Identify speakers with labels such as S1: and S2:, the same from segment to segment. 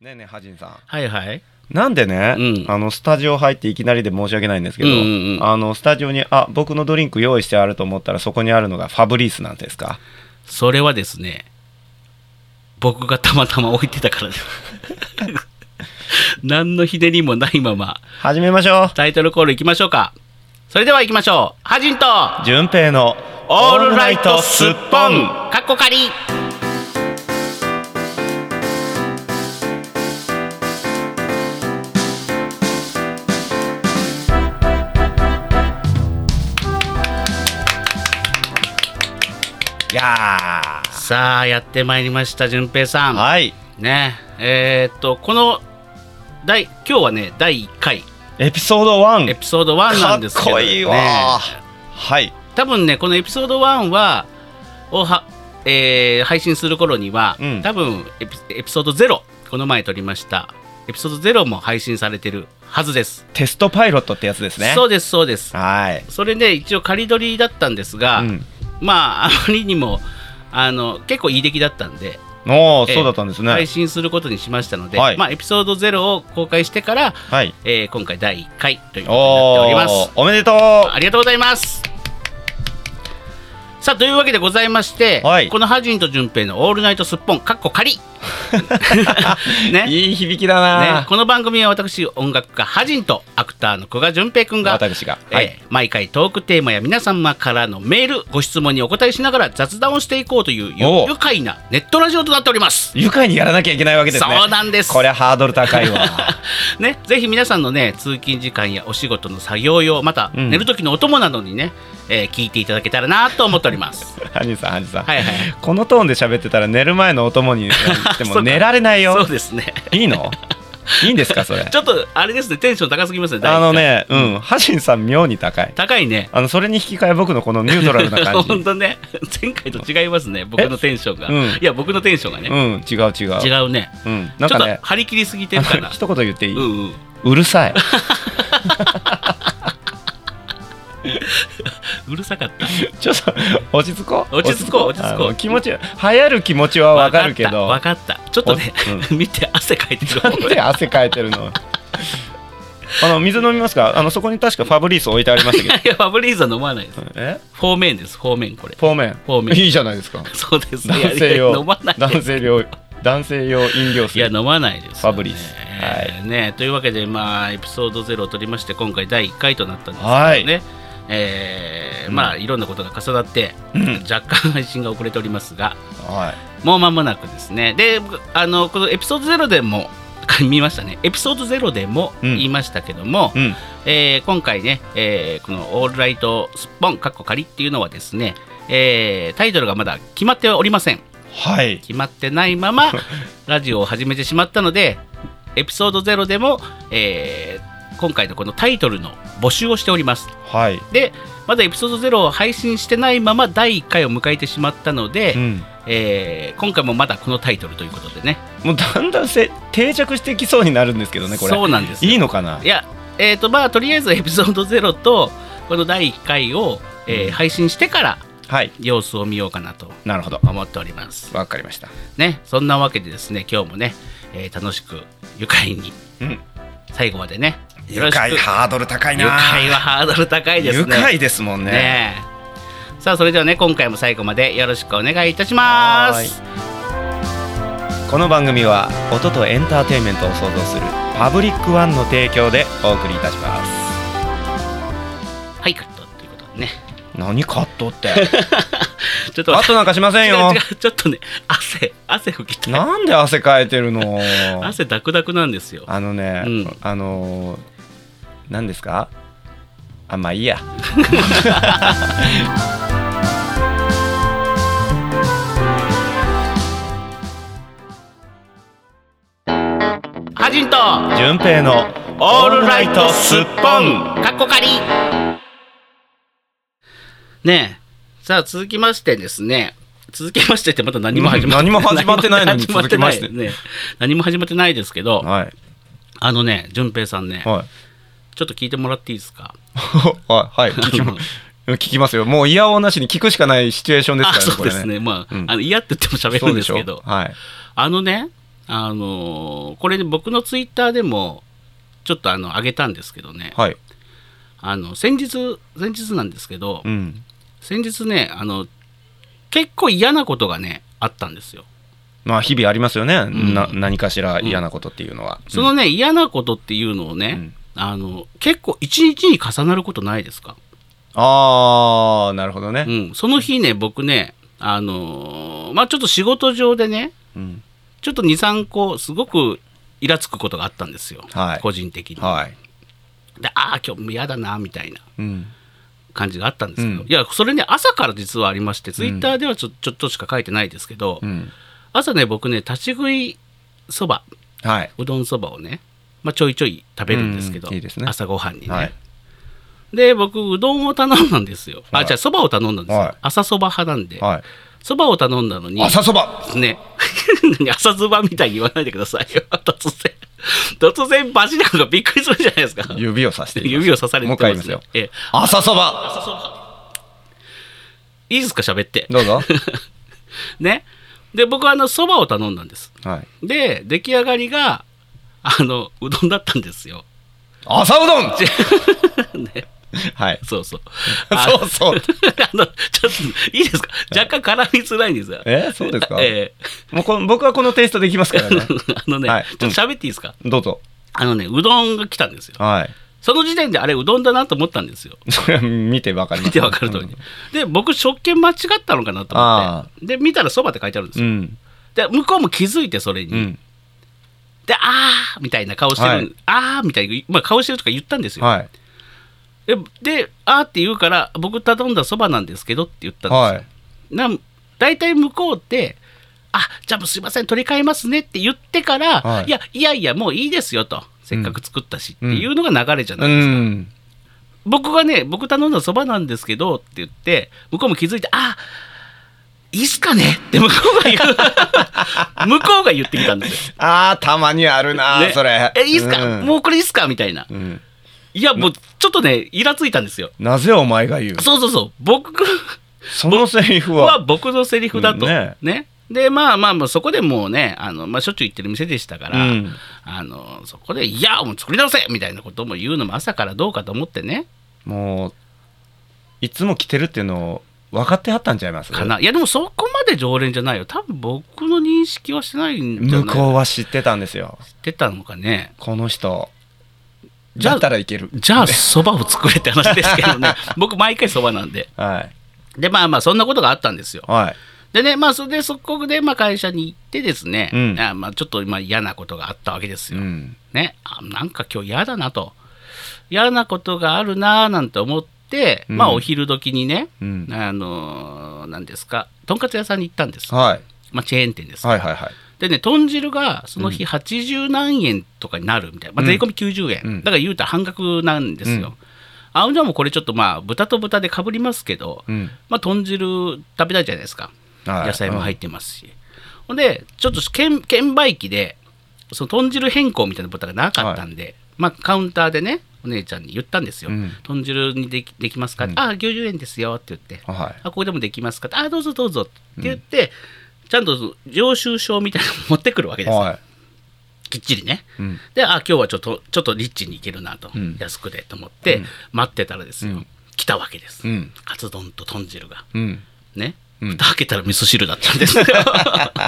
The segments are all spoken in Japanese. S1: ねえねえハジンさん
S2: はいはい。
S1: なんでね、
S2: うん
S1: あのスタジオ入っていきなりで申し訳ないんですけど、
S2: うんうんうん
S1: あのスタジオにあ僕のドリンク用意してあると思ったらそこにあるのがファブリースなんですか
S2: それはですね、僕がたまたま置いてたからです。 何のひねりもないまま、
S1: 始めましょ
S2: タイトルコールいきましょうか。それでは行きましょう。ハジンと、
S1: う順平の
S2: オールライトスッポン、かっこかり。
S1: いや
S2: さあ、やってまいりました、淳平さ
S1: ー
S2: ん。
S1: はい
S2: ねえーっと、この、第今日はね、第1回、
S1: エピソード1
S2: エピソード1
S1: か
S2: な
S1: っ
S2: んですけど、ね。
S1: こいいわー、はい
S2: 多分ねこのエピソード1はをは、えー配信する頃には、
S1: うん
S2: 多分エピエピソード0この前撮りましたエピソード0も配信されてるはずです、
S1: テストパイロットってやつですね
S2: そうですそうです
S1: はい
S2: それで一応仮撮りだったんですが、
S1: うん
S2: まああまりにもあの結構いい出来だったんで、
S1: おお、
S2: えー
S1: そうだったんですねは
S2: 配
S1: い、
S2: 信することにしましたので、
S1: はい
S2: まあ、エピソード0を公開してから、えー今回第1回ということになっております
S1: おおおめでとう
S2: ありがとうございます。さあというわけでございまして、
S1: はい
S2: このハジンと順平のオールナイトすっぽんかっこ仮ねね
S1: いい響きだな、
S2: この番組は私音楽家ハジンとアクターの古賀順平くんが、
S1: 私が、
S2: えー毎回トークテーマや皆様からのメールご質問にお答えしながら雑談をしていこうという
S1: お
S2: ゆ
S1: う
S2: 愉快なネットラジオとなっております。
S1: 愉快にやらなきゃいけないわけですね
S2: そうなんです
S1: こりゃハードル高い わ
S2: ね、ぜひ皆さんのね通勤時間やお仕事の作業用また
S1: うん
S2: 寝る時のお供などにね、えー聞いていただけたらなと思っております。
S1: ハニーさんハニーさん、
S2: はいはい。
S1: このトーンで喋ってたら寝る前のお供にして
S2: そう
S1: も
S2: か
S1: 寝られない
S2: そ
S1: よ
S2: うですね。
S1: いいのいいんですかそれ
S2: ちょっとあれですね、テンション高すぎますね。第一
S1: あ
S2: 回
S1: の。ねうんハジンさん妙に高い
S2: 高いね。
S1: あのそれに引き換え僕のこのニュートラルな感
S2: 本
S1: じ
S2: 当ね、前回と違いますね、僕のテンションが。
S1: うん
S2: いや、僕のテンションがね、
S1: うん違う違う
S2: 違うね。
S1: うんなん
S2: ちょ
S1: か
S2: っと
S1: ね
S2: 張り切りすぎてるか
S1: あの
S2: な。
S1: 一言言っていい、
S2: う
S1: うん
S2: うん。
S1: るさい
S2: うるさかった。
S1: ちょっと落ち着こう
S2: 落ち着こう落ち着こう
S1: あの気持ち流行る気持ちはわかるけど
S2: わかった。わかったちょっとね、 見て汗かいてる。
S1: なんで汗かいてるのあの水飲みますかあのそこに確かファブリース置いてありました
S2: い
S1: けど
S2: や いや、ファブリーザ飲まないです。
S1: え
S2: フォーメンです、フォーメンこれ。
S1: フォーメン
S2: フォーメン
S1: いいじゃないですか
S2: そうですね。
S1: 男性
S2: いやいや
S1: 用
S2: 飲まないです。
S1: 男性用男性用飲料
S2: い
S1: 水
S2: や飲まないですよね、
S1: ファブリーズ
S2: はいね、というわけで、まあ、エピソード0を取りまして今回第1回となったんですけどね、
S1: はい
S2: えー
S1: うん
S2: まあ、いろんなことが重なって、若干配信が遅れておりますが
S1: は
S2: もう間もなくですねであのこのエピソード0でも見ましたねエピソード0でも
S1: うん
S2: 言いましたけども、
S1: い、うん、
S2: えー今回ね、えーこの「オールライトスッポン」かっこ仮っていうのはですね、えータイトルがまだ決まっておりません。
S1: はい
S2: 決まってない ままラジオを始めてしまったのでエピソード0でも、えー今回のこのタイトルの募集をしております
S1: はい、
S2: でまだエピソード0を配信してないまま第1回を迎えてしまったので、
S1: うん、
S2: えー今回もまだこのタイトルということでね
S1: もうだんだんせ定着してきそうになるんですけどねこれ
S2: そうなんですよ
S1: いいのかない
S2: やえっ、とまあとりあえずエピソード0とこの第1回を、えー
S1: うん
S2: 配信してから
S1: はい
S2: 様子を見ようかなと
S1: なるほど
S2: 思っております
S1: わかりました
S2: ねそんなわけでですね今日もね、えー楽しく愉快に
S1: うん
S2: 最後までね。
S1: 愉快
S2: よろしく
S1: ハードル高いな
S2: 愉快はハードル高いですね。
S1: 愉快ですもんね
S2: ねえさあそれではね今回も最後までよろしくお願いいたします。
S1: この番組は音とエンターテインメントを創造するパブリックワンの提供でお送りいたします
S2: はいカットということでね。
S1: 何カット って
S2: ちょっと
S1: カットなんかしません
S2: 違
S1: よ
S2: う違うちょっとね汗汗拭きたい。
S1: なんで汗かいてるの
S2: 汗ダクダクなんですよ。
S1: あのね、
S2: うん
S1: あのー何ですかあまあいいや
S2: ハジンと
S1: 順平の
S2: オールライトスッ
S1: ポ
S2: カッコカリ。ねえさあ続きましてですね。続きましてってまだ何も始まって
S1: 何も始まってないのに
S2: 何も始ってない
S1: 続き
S2: ね何も始まってないですけど、
S1: はい
S2: あのね、淳平さんね、
S1: はい
S2: ちょっと聞いてもらっていいですか。
S1: はいはい聞きま聞きますよもう嫌おうなしに聞くしかないシチュエーションですか
S2: あ、
S1: らね
S2: そう
S1: これ
S2: ですね。まあ、
S1: うん
S2: あの嫌って言っても喋
S1: そ
S2: る
S1: うんで
S2: で
S1: し
S2: す
S1: ょ
S2: けど、
S1: はい
S2: あのね、あのーこれね僕のツイッターでもちょっとあの上げたんですけどね
S1: はい。
S2: あの先日先日なんですけど、
S1: うん。
S2: 先日ねあの結構嫌なことがねあったんですよ
S1: まあ日々ありますよね。
S2: ん
S1: な何かしら嫌なことっていうのは。
S2: そのね、嫌なことっていうのをね、
S1: うん
S2: あの結構一日に重なることないですか、
S1: ああなるほどね
S2: う。ん、その日ね僕ねあのーまあちょっと仕事上でね
S1: うん。
S2: ちょっと23個すごくイラつくことがあったんですよ、
S1: はい
S2: 個人的に、
S1: はい。
S2: でああ今日も嫌だなみたいな
S1: うん。
S2: 感じがあったんですけど、
S1: うん
S2: いやそれね朝から実はありましてツイッターではちょちょっとしか書いてないですけど、
S1: うん。
S2: 朝ね僕ね立ち食いそば
S1: はい。
S2: うどんそばをね、まあ、ちょいちょい食べるんですけど、
S1: うんいいですね
S2: 朝ごはんにね、
S1: はい
S2: で僕うどんを頼んだんですよ、
S1: はい
S2: あじゃあそばを頼んだんですよ、
S1: はい
S2: 朝そば派なんで
S1: は
S2: そば、を頼んだの
S1: い。
S2: に
S1: 朝そば。
S2: ね 何朝そばみたいに言わないでくださいよ 突然突然バジなんかびっくりするじゃないですか
S1: 指をさしています。
S2: 指を刺されて
S1: もう一回言いますよ。
S2: ええ
S1: 朝そば。
S2: いいですか喋って
S1: ど うぞ。
S2: ねで僕はあのそばを頼んだんです
S1: はい。
S2: で出来上がりがあのうどんだったんで すよ
S1: 朝うどん。
S2: ね
S1: はい。
S2: そうそうあ
S1: そうそう。
S2: あの、ちょっと、いいですか若干絡みづらいんですよ。
S1: えそうですか
S2: え
S1: もうこの僕はこのテイストでいきますから
S2: え
S1: ね。
S2: あのね、
S1: はい
S2: ちょっと喋っていいですか、
S1: どうぞ。
S2: あのね、うどんが来たんですよ。
S1: は
S2: その時点であれ、うどんだなと思ったんですよ。
S1: い。それは見てわかります。
S2: 見てわかる通りに。で、僕、食券間違ったのかなと思
S1: あ
S2: って。で、見たらそばって書いてあるんです
S1: う
S2: よ。
S1: ん。
S2: で、向こうも気づいて、それに。
S1: うん。
S2: で、あーみたいな顔してる、
S1: はい
S2: あーみたいな、まあ、顔してるとか言ったんですよ。
S1: はい。
S2: でで、あーって言うから、僕頼んだそばなんですけどって言ったんですよ。
S1: はい。
S2: なん大体向こうって「あじゃあもうすいません取り替えますね」って言ってから「
S1: はい
S2: い、やいやいやもういいですよ」と「せっかく作ったし」っていうのが流れじゃな
S1: う
S2: いですか、
S1: ん。
S2: 僕がね僕頼んだそばなんですけどって言って向こうも気づいて「あいいっすかね」って向こうが言 う向こうが言ってきたんですよ。
S1: ああ、たまにあるな、
S2: ね
S1: それ。
S2: えいいっすか、
S1: うん
S2: もうこれいいっすかみたいな
S1: うん
S2: いやもうちょっとねイラついたんですよ
S1: なぜお前が言う
S2: そうそうそう僕が
S1: そのセリフ
S2: は
S1: は。
S2: 僕のセリフだと、
S1: うんね
S2: ねでまあまあまあそこでもうねあの、まあ、しょっちゅう行ってる店でしたから、
S1: うん
S2: あのそこで「いやもう作り直せ!」みたいなことも言うのも朝からどうかと思ってね
S1: もう、いつも来てるっていうのを分かってはったんちゃいます
S2: かないやでもそこまで常連じゃないよ多分僕の認識はしてないんじゃ
S1: 向
S2: ない
S1: こうは知ってたんですよ。
S2: 知ってたのかね
S1: この人。
S2: じゃあ
S1: だったらいける。
S2: じゃあそばを作れって話ですけどね 僕毎回そばなんで
S1: はい。
S2: でまあまあそんなことがあったんですよ
S1: はい。
S2: でねまあそれでそこでまあ会社に行ってですね、
S1: うん
S2: あまあちょっとまあ嫌なことがあったわけです
S1: う
S2: よ、
S1: ん。
S2: ね、あなんか今日嫌だなと嫌なことがあるななんて思って、
S1: うん
S2: まあお昼時にね、
S1: うん。
S2: あのーなんですかとんかつ屋さんに行ったんです、
S1: はい。
S2: まあ、チェーン店です、
S1: はいはいはい。
S2: でね豚汁がその日80何円とかになるみたいな、まあ、税込み90円、
S1: うん
S2: だから言うたら半額なんですよ、
S1: うん
S2: あじゃあもうこれちょっとまあ豚と豚でかぶりますけど、
S1: うん。
S2: まあ、豚汁食べたいじゃないですか
S1: はい
S2: 野菜も入ってますし、ほんでちょっと券券売機でその豚汁変更みたいなボタンがなかったんで、まあ、カウンターでねお姉ちゃんに言ったんですよ「
S1: うん
S2: 豚汁にできできますか?」
S1: うん
S2: ああ90円ですよ」って言って「
S1: は
S2: あここでもできますか?」ああどうぞどうぞ」って言って、ちゃんとその領収書みたいなの持ってくるわけ
S1: い。
S2: ですよ、
S1: は
S2: きっちりね。
S1: い。うん。
S2: であ今日はちょっとちょっとリッチにいけるなと、
S1: うん
S2: 安くでと思って、
S1: うん
S2: 待ってたらですよ、
S1: うん
S2: 来たわけです、
S1: うん。
S2: カツ丼と豚汁が
S1: うん。
S2: ね、
S1: うん
S2: 蓋開けたら味噌汁だった んですよ。い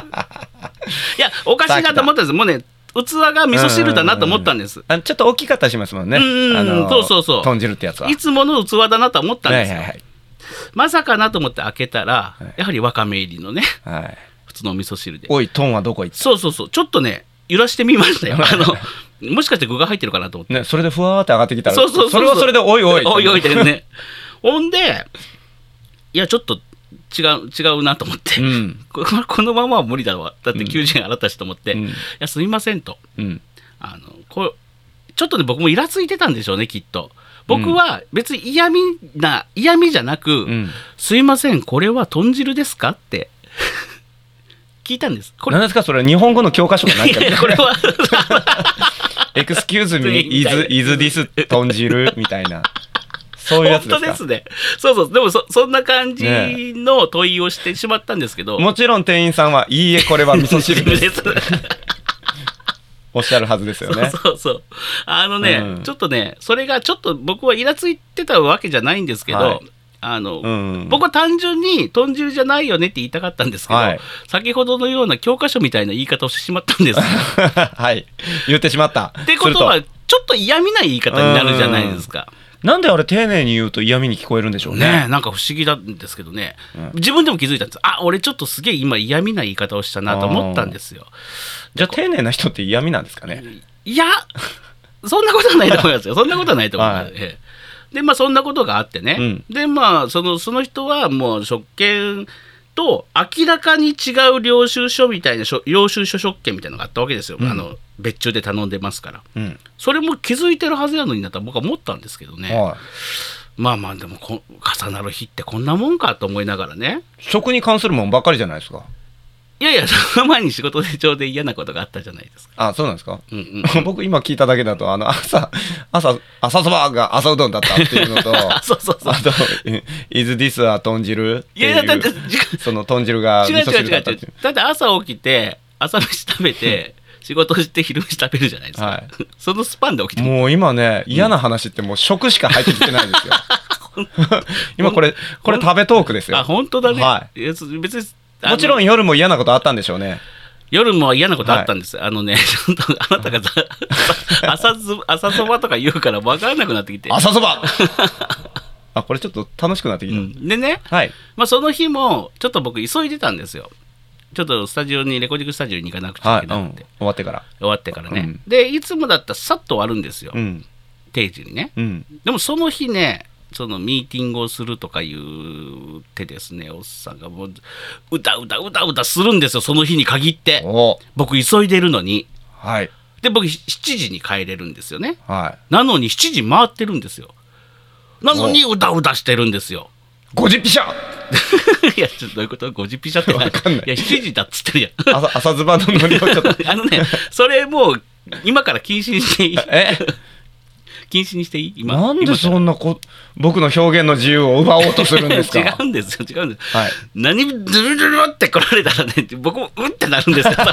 S2: や、おかしいなと思ったんです。もうね、器が味噌汁だなと思ったんです。
S1: あのちょっと大きかったりしますもんね。
S2: うんうんうん
S1: あの
S2: そうそうそう
S1: 豚汁ってやつは。
S2: いつもの器だなと思ったん
S1: は
S2: で
S1: い
S2: す
S1: は
S2: よ
S1: い。はい。
S2: まさかなと思って開けたら
S1: はい、
S2: やはりわかめ入りのね、
S1: はい。
S2: 普通のお味噌汁で。
S1: おい、トンはどこ行っ
S2: そうそうそう、ちょっとね、揺らしてみま したよ。あの、もしかして具が入ってるかなと思って。
S1: ね、それでふわーって上がってきたら、
S2: そうそうそう
S1: れはそれでおいおい。
S2: おいおいだ よね。ほんで、いや、ちょっと違う、違うなと思って。
S1: うん。
S2: ここのままは無理だわ。だって90円洗ったしと思って、
S1: うん
S2: いや、すみませんと。
S1: うん。
S2: あのこうちょっとね僕もイラついてたんでしょうねきっと僕は別に嫌味な嫌味じゃなく、
S1: うん。
S2: すいませんこれは豚汁ですか?」って 聞いたんですこれ
S1: 何ですかそれ、日本語の教科書かなん
S2: い
S1: か
S2: やいやこれは
S1: エクスキューズミー、
S2: み
S1: イ
S2: た いな
S1: ズ、イズディス、豚汁みたいな。そういうや
S2: 本
S1: つで
S2: 当
S1: すか
S2: ですねそうそうでもそそんな感じ の問いをしてしまったんですけど、
S1: もちろん店員さんは、いいえ、これは味噌汁です。
S2: です
S1: おっしゃるはずですよね。
S2: そうそうそうあのね、
S1: うん
S2: ちょっとねそれがちょっと僕はイラついてたわけじゃないんですけど、
S1: はい
S2: あの、
S1: うん
S2: 僕は単純に豚汁じゃないよねって言いたかったんですけど、
S1: はい
S2: 先ほどのような教科書みたいな言い方をして しまったんです。っ
S1: はい言ってしまった。
S2: てこと
S1: す
S2: は
S1: る
S2: ちょっと嫌味ない言い方になるじゃないですか。
S1: なんであれ丁寧に言うと嫌味に聞こえるんでしょう
S2: ね
S1: ね。
S2: えなんか不思議なんですけどね、
S1: うん
S2: 自分でも気づいたんですあ俺ちょっとすげえ今嫌味な言い方をしたなと思ったんですよ
S1: じゃあ丁寧な人って嫌味なんですかね。
S2: いやそんなことはないと思 いますよそんなことはないと思いま
S1: は
S2: す、
S1: い
S2: ええでまあそんなことがあってね、
S1: うん
S2: でまあそのその人はもう職権と明らかに違う領収書みたいな書領収書職権みたいなのがあったわけですよ、
S1: うん
S2: あの別注で頼んでますから
S1: うん。
S2: それも気づいてるはずやのになったら僕は思ったんですけどね、
S1: はい。
S2: まあまあでもこ重なる日ってこんなもんかと思いながらね
S1: 食に関するもんばっかりじゃないですか。
S2: いやいや、その前に仕事でちょうど嫌なことがあったじゃないですか。
S1: あ、そうなんですか。
S2: うんうん、
S1: 僕今聞いただけだとあの朝朝朝そばが朝うどんだったっていうのと
S2: あ、 そうそうそう
S1: あ。と「Is this a 豚汁?」って
S2: い
S1: いう
S2: やいや、だって、違
S1: その豚汁が
S2: う
S1: 味
S2: 違う
S1: 噌
S2: 違う
S1: 汁だ
S2: 違
S1: ったっ
S2: う
S1: ていう。
S2: だって朝起きて、朝飯食 べて、仕事して昼飯食べるじゃないですか。
S1: はい
S2: そのスパンで起きても
S1: もう今ね嫌な話ってもう食しか入ってきてないんですよ 今これこれ食べトークです
S2: あ、
S1: よ
S2: 本当だね。、
S1: はい
S2: や別に、あの
S1: もちろん夜も嫌なことあったんでしょうね
S2: 夜も嫌なことあったんです、あのね、ちょっとあなたがざ 朝ず朝そばとか言うから分からなくなってきて、
S1: 朝そ ばあこれちょっと楽しくなってき
S2: う
S1: た、
S2: ん、でね、
S1: はい
S2: まあ、その日もちょっと僕急いでたんですよちょっとスタジオにレコーディングスタジオに行かなくちゃい
S1: はい、
S2: け
S1: う
S2: なくて、
S1: ん、終わってから
S2: 終わってからね、
S1: うん
S2: でいつもだったらさっと終わるんですよ、
S1: うん
S2: 定時にね
S1: うん
S2: でもその日ねそのミーティングをするとか言ってですねおっさんがもううだうだうだうだするんですよその日に限って
S1: お
S2: 僕急いでるのに
S1: はい
S2: で僕7時に帰れるんですよね
S1: は
S2: なのに7時回ってるんですよなのにうだうだしてるんですよ
S1: い50ピシャ
S2: いやちょっとどういうこと5時ピシャって
S1: わかんない
S2: や7時だっつってるやん
S1: 朝朝ズバのノリをちょっと
S2: あのねそれもう今から禁止にしていい
S1: え
S2: 禁止にしていい今
S1: なんで
S2: 今
S1: そんなこ僕の表現の自由を奪おうとするんですか
S2: 違うんですよ違うんです、
S1: はい
S2: 何ドゥルドゥルって来られたらね僕もうんってなるんですよ 多分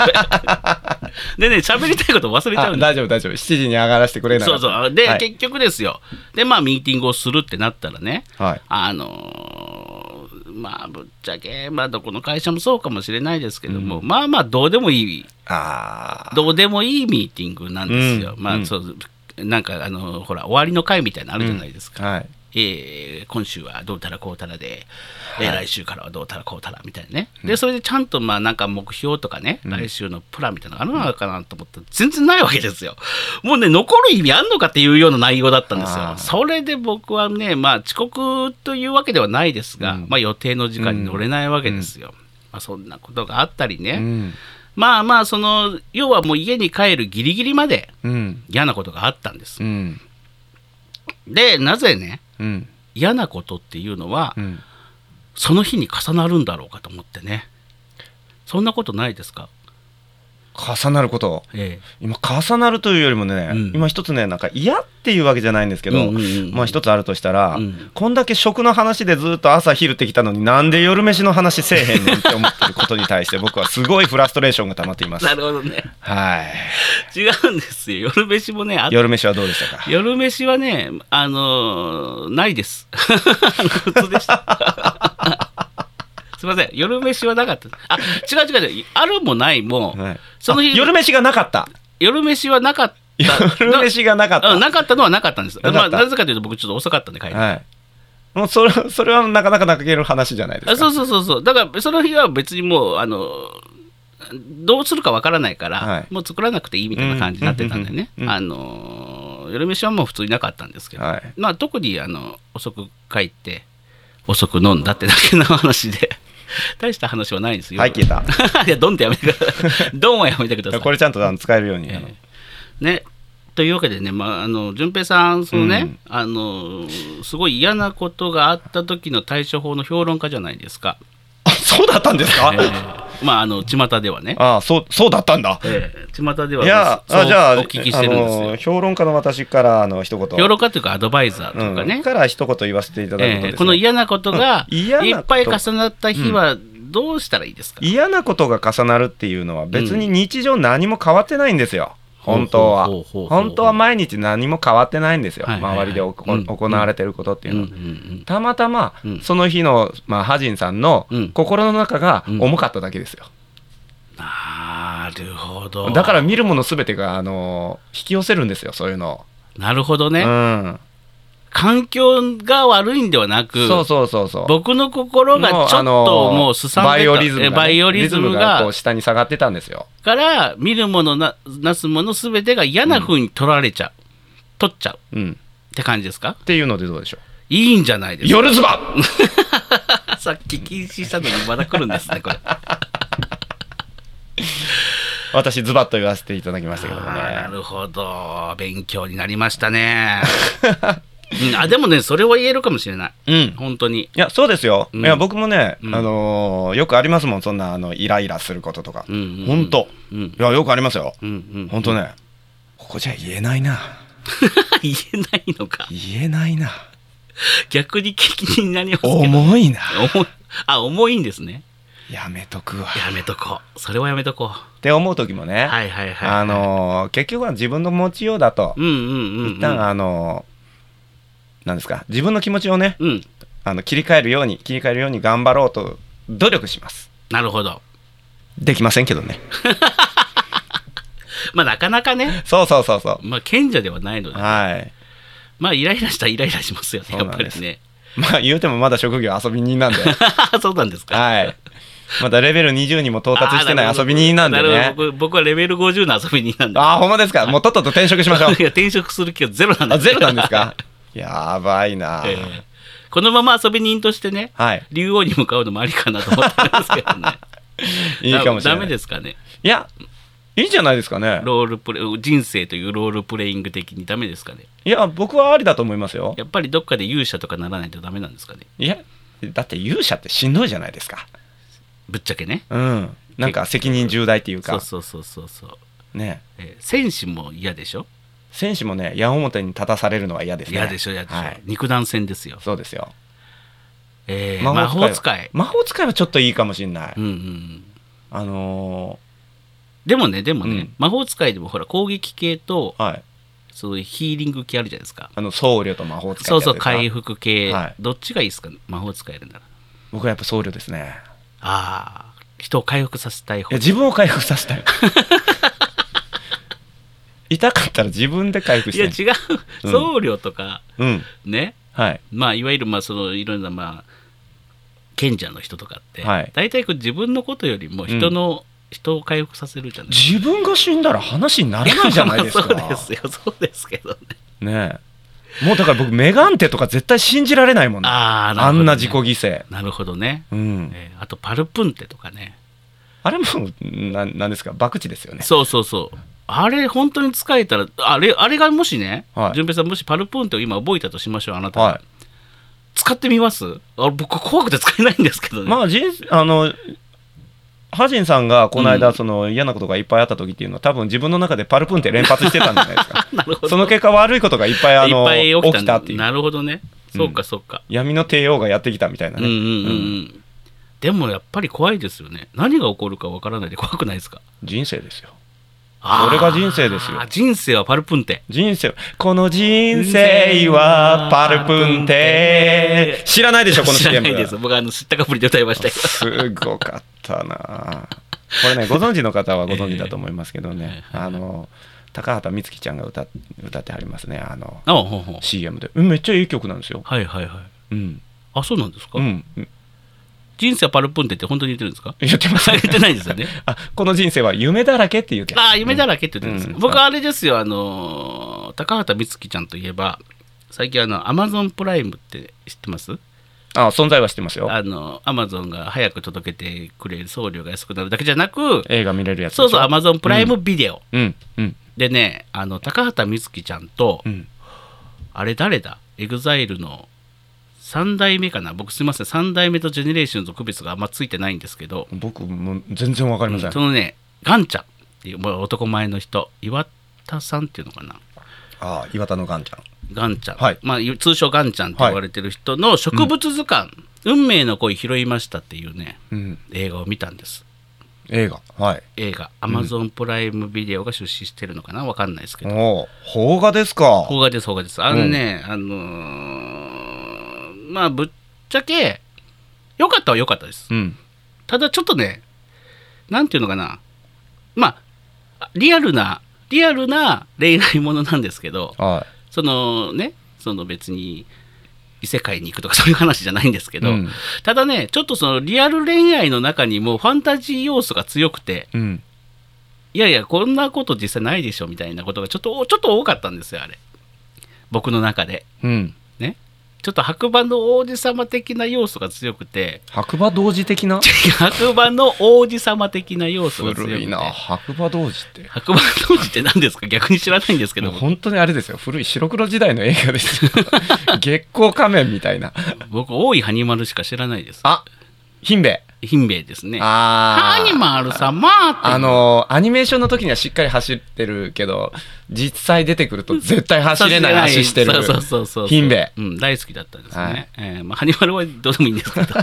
S2: でね喋りたいこと忘れちゃう
S1: あ
S2: んで
S1: 大丈夫大丈夫7時に上がらせてくれ
S2: す
S1: ない
S2: そうそうで、
S1: はい
S2: 結局ですよでまあミーティングをするってなったらね
S1: はい
S2: あのーまあぶっちゃけまあどこの会社もそうかもしれないですけども、まあまあどうでもいい
S1: ああ
S2: どうでもいいミーティングなんですよ、
S1: うん
S2: ま
S1: う
S2: あ
S1: ん
S2: そうなんかあのほら終わりの会みたいなのあるじゃないですか、
S1: はい
S2: えー今週はどうたらこうたらで、えー
S1: はい
S2: 来週からはどうたらこうたらみたいなね、でそれでちゃんとまあなんか目標とかね、
S1: うん
S2: 来週のプランみたいなのがあるのかなと思ったら全然ないわけですよもうね残る意味あんのかっていうような内容だったんです
S1: あ
S2: よ
S1: ー
S2: それで僕はねまあ遅刻というわけではないですが、
S1: うん
S2: まあ予定の時間に乗れないわけですよ、まあ、そんなことがあったりね、
S1: うん
S2: まあまあその要はもう家に帰るギリギリまで
S1: うん
S2: 嫌なことがあったんです
S1: う、ん
S2: でなぜね
S1: うん
S2: 嫌なことっていうのは、
S1: うん
S2: その日に重なるんだろうかと思ってねそんなことないですか、
S1: 重なること
S2: え
S1: 今重なるというよりもね、
S2: うん
S1: 今一つねなんか嫌っていうわけじゃないんですけど、
S2: うんうんうん
S1: まあ一つあるとしたら、
S2: うん
S1: こんだけ食の話でずっと朝昼ってきたのになんで夜飯の話せえへんねんって思ってることに対して僕はすごいフラストレーションが溜まっていま
S2: え
S1: す
S2: なるほどね
S1: はい
S2: 違うんですよ夜飯もねあ
S1: 夜飯はどうでしたか
S2: 夜飯はねあのーないです普通でしたすいません夜飯はなかったあ違う違う違うあるもないも、
S1: はい
S2: その
S1: あ
S2: 日
S1: 夜飯がなかった
S2: 夜飯はなかった
S1: 夜飯がなかっ
S2: う
S1: た
S2: んなかったのはなかったんです。
S1: なかった
S2: まあ、なぜかというと、僕ちょっと遅かったんで帰って。
S1: はいもうそれそれはなかなか泣ける話じゃないで
S2: あ
S1: す
S2: そ
S1: か
S2: うそうそうそう。だから、その日は別にもう、あの、どうするかわからないから、
S1: はい
S2: もう作らなくていいみたいな感じになってたんでね。
S1: うんうんうんうん
S2: あの、夜飯はもう普通になかったんですけど、
S1: はい
S2: まあ、特に、あの、遅く帰って、遅く飲んだってだけの話で、 大した話はないんですよ。
S1: はい消えた
S2: いや、ドンってやめてください。 ドンはやめてください。
S1: これちゃんとあの使えるように、あの
S2: ええねというわけでね、まあ、あの順平さんそのね、
S1: うん
S2: あのすごい嫌なことがあった時の対処法の評論家じゃないですか、
S1: あそうだったんですか、
S2: ええまああの巷ではね、
S1: ああそうそうだったんだ
S2: ええ巷ではい
S1: や
S2: そう
S1: あじゃあ
S2: お聞きしてるんです
S1: あ
S2: よ
S1: の評論家の私からあの一言
S2: 評論家というかアドバイザーというか
S1: うん
S2: ね、
S1: から一言言わせていただくとです、ね
S2: ええこの嫌なことが
S1: うん
S2: い
S1: 嫌なこと
S2: っぱい重なった日はどうしたらいいですか、
S1: 嫌なことが重なるっていうのは別に日常何も変わってないんですよ、本当は
S2: ほうほうほうほう
S1: 本当は毎日何も変わってないんですよ、
S2: はいはいはい
S1: 周りでおこ
S2: うん
S1: 行われてることっていう
S2: うん
S1: の
S2: う
S1: は、
S2: ん
S1: たまたま、
S2: うん
S1: その日の、まあ、ハジンさんの
S2: うん
S1: 心の中が
S2: うん
S1: 重かっただけですよ、
S2: なるほど
S1: だから見るもの全てが、あのー引き寄せるんですよそういうの
S2: なるほど
S1: を、
S2: ね、
S1: うん、
S2: 環境が悪いんではなく
S1: そうそうそうそう
S2: 僕の心がちょっともうすさん
S1: バ
S2: で
S1: イ
S2: た
S1: オリズムが
S2: え
S1: ね、
S2: バイオリズム
S1: リこ
S2: が
S1: う下に下がってたんですよ
S2: から見るものななすものすべてが嫌な風に取られちゃう、取っちゃう
S1: うん
S2: って感じですか
S1: っていうのでどうでしょ
S2: いいんじゃないうです
S1: 夜ズバ
S2: かさっき禁止したのにまだ来るんですねこ れ
S1: 私ズバッと言わせていただきましたけども
S2: あーな
S1: ね
S2: るほど勉強になりましたね、 うんあでもねそれは言えるかもしれない
S1: うん
S2: 本当に
S1: いやそうですよ、
S2: うん
S1: いや僕もね、
S2: うん
S1: あのーよくありますもんそんなあのイライラすることとか、
S2: うんうんうん
S1: ほんと
S2: うん
S1: いやよくありますよ、
S2: うんうん
S1: ほんとねここじゃ言えないな
S2: 言えないのか
S1: 言えないな
S2: 逆に気になりますけど
S1: 重いな
S2: 重いあ重いんですね
S1: やめとくわ
S2: やめとこうそれはやめとこうは
S1: って思う時もね、
S2: いはいはい、はい、
S1: あのー結局は自分の持ちようだと、
S2: うんうんうんうん
S1: 一旦あのーなんですか自分の気持ちをね
S2: うん
S1: あの切り替えるように切り替えるように頑張ろうと努力します
S2: なるほど
S1: できませんけどね
S2: まあなかなかね
S1: そうそうそうそう
S2: まあ賢者ではないので
S1: はい
S2: まあイライラしたらイライラしますよね
S1: そう
S2: や
S1: なん
S2: っぱりね
S1: まあ言うてもまだ職業遊び人 なんで
S2: そうなんですか
S1: はいまだレベル20にも到達してな
S2: あ
S1: い
S2: ー
S1: 遊び人なんで
S2: るほ
S1: ね
S2: ど僕僕はレベル50の遊び人なんで
S1: ああほんまですかもうとっとと転職しましょう
S2: いや転職する気はゼロなんで
S1: あ
S2: す
S1: ゼロなんですかやばいな、
S2: ええこのまま遊び人としてね
S1: はい
S2: 竜王に向かうのもありかなと思ってますけどね
S1: いいかもしれ
S2: ダ
S1: な
S2: メ
S1: い
S2: ですかね
S1: いやいいんじゃないですかね
S2: ロールプレイ人生というロールプレイング的にダメですかね
S1: いや僕はありだと思いますよ
S2: やっぱりどっかで勇者とかならないとダメなんですかね
S1: いやだって勇者ってしんどいじゃないですか
S2: ぶっちゃけね
S1: うんなんか責任重大っていう
S2: そう
S1: か
S2: そうそうそうそう、
S1: ね
S2: えー戦士も嫌でしょ
S1: 選手もね矢面に立たされるのは嫌ですね
S2: 嫌でしょ嫌でしょ、
S1: はい、
S2: 肉弾戦ですよ、
S1: そうですよ
S2: えー魔法使い
S1: 魔法使いはちょっといいかもしれない、
S2: うんうん
S1: あの
S2: でもねでもね、
S1: うん
S2: 魔法使いでもほら攻撃系と
S1: ーはい
S2: そういうヒーリング系あるじゃないですか
S1: あの僧侶と魔法使いって
S2: そ
S1: や
S2: う
S1: つ
S2: そう
S1: ですか
S2: 回復系、
S1: はい
S2: どっちがいいですか魔法使えるなら
S1: 僕はやっぱ僧侶ですね
S2: ああ人を回復させたい
S1: い
S2: 方
S1: や自分を回復させたい 痛かったら自分で回復
S2: い
S1: し
S2: や
S1: て
S2: 違う、
S1: うん
S2: 僧侶とか
S1: うん
S2: ね
S1: はい
S2: まあいわゆるまあそのいろんなまあ賢者の人とかって、
S1: はい
S2: 大体こう自分のことよりも人の、人を回復させるじゃない
S1: 自分が死んだら話にならないじゃないですか
S2: まあ そうですよそうですけどね
S1: ねえもうだから僕メガンテとか絶対信じられないもんねあ
S2: ああ
S1: んな自己犠牲
S2: なるほどね、
S1: うん
S2: えーあとパルプンテとかね
S1: あれもななんですか博打ですよね
S2: そうそうそうあれ本当に使えたらあれあれがもしね
S1: はい
S2: 順、平さんもしパルプンテを今覚えたとしましょうあなたが、
S1: は
S2: 使ってみますあ僕怖くて使えないんですけど
S1: い
S2: ね、
S1: まあ人生あのハジンさんがこの
S2: う
S1: 間
S2: ん
S1: その嫌なことがいっぱいあった時っていうのは多分自分の中でパルプンって連発してたんじゃないです か
S2: なるほど
S1: その結果悪いことがいっぱいあの
S2: いっぱい
S1: 起
S2: 起
S1: き
S2: き
S1: た
S2: た
S1: っていう
S2: なるほどねそうかそうか、
S1: 闇の帝王がやってきたみたいな
S2: うんうん
S1: ね
S2: うんうんでもやっぱり怖いですよね何が起こるかわからないで怖くないですか
S1: 人生ですよ
S2: あー
S1: それが人生ですよ
S2: 人生はパルプンテ
S1: 人生この人生はパルプンテ知らないでしょこの
S2: 知ら
S1: CM
S2: ないです僕はあの知ったかぶりで歌いましたけど
S1: すごかったなこれねご存知の方はご存知だと思いますけどね、あの高畑充希ちゃんが歌っ歌ってはりますねあの
S2: あほうほう
S1: CM でうんめっちゃいい曲なんですよ
S2: はいはいはい
S1: うん、
S2: あそうなんですか、
S1: うん、
S2: 人生はパルプンテって本当に言ってるんですか
S1: 言ってます
S2: 言ってないですよね
S1: あこの人生は夢だらけって言って
S2: ああ夢だらけって言ってるんです、
S1: うん
S2: 僕はあれですよあのー高畑充希ちゃんといえば最近あのアマゾンプライムって知ってます
S1: あ存在は知ってますよ
S2: あのアマゾンが早く届けてくれる送料が安くなるだけじゃなく
S1: 映画見れるやつでし
S2: そ
S1: ょ
S2: うそうアマゾンプライムビデオ、
S1: うんうん
S2: でねあの高畑充希ちゃんと、
S1: うん
S2: あれ誰だエグザイルの3代目かな僕すいません3代目とジェネレーションズの区別があんまついてないんですけど、
S1: 僕も全然わかりません、
S2: そのねガンちゃんっていうもう男前の人岩田さんっていうのかな
S1: ああ岩田のガンちゃん
S2: ガンちゃん、
S1: はい
S2: まあ、通称ガンちゃんって言われてる人の植物図鑑、運命の恋拾いましたっていうね
S1: うん
S2: 映画を見たんです
S1: 映画はい
S2: 映画アマゾンプライムビデオが出資してるのかなわかんないですけど
S1: おう邦画ですか
S2: 邦画です邦画ですあのね、あのーまあぶっちゃけ良かったは良かったです
S1: うん
S2: ただちょっとねなんていうのかなまあリアルなリアルな恋愛ものなんですけど
S1: は
S2: そのねその別に異世界に行くとかそういう話じゃないんですけ
S1: い
S2: ど、
S1: うん
S2: ただねちょっとそのリアル恋愛の中にもファンタジー要素が強くて
S1: うん
S2: いやいやこんなこと実際ないでしょみたいなことがちょっとちょっと多かったんですよあれ僕の中で
S1: うん
S2: ちょっと白馬の王子様的な要素が強くて
S1: 白馬同時的な
S2: 白馬の王子様的な要素が強くて
S1: 古いな白馬同時って
S2: 白馬の王子って何ですか逆に知らないんですけ
S1: も
S2: ど
S1: う
S2: 僕
S1: 本当にあれですよ古い白黒時代の映画ですよ 月光仮面みたいな
S2: 僕大井ハニマルしか知らないです
S1: あヒンベ
S2: ヒンベイですね
S1: あ
S2: ハ
S1: ー
S2: ニマル様っていう
S1: あのアニメーションの時にはしっかり走ってるけど実際出てくると絶対走れない足してる
S2: そうそうそうそう
S1: ヒンベ
S2: うん、大好きだったんですね、
S1: はい
S2: えーまあ、ハニマルはどうでもいいんで すけど、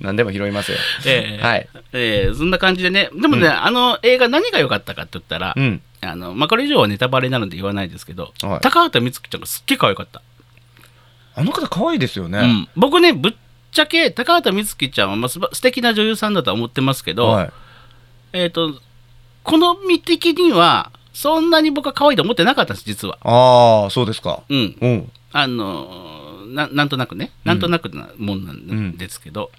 S1: 何でも拾いますよ
S2: えー
S1: はい
S2: えーそんな感じでねでもね、
S1: うん
S2: あの映画何が良かったかって言ったら、
S1: うん
S2: あのまあ、これ以上はネタバレなので言わないですけど、
S1: はい
S2: 高畑充希ちゃんがすっげえ可愛かった、
S1: あの方可愛いですよね、
S2: うん、僕ねぶっちゃけ高畑充希ちゃんは、まあ、すば素敵な女優さんだとは思ってますけど、
S1: はい
S2: えっ、と好み的にはそんなに僕は可愛いと思ってなかったんです実は
S1: ああそうですか
S2: うん
S1: うん
S2: あのななんとなくねなんとなくなもんなんですけど、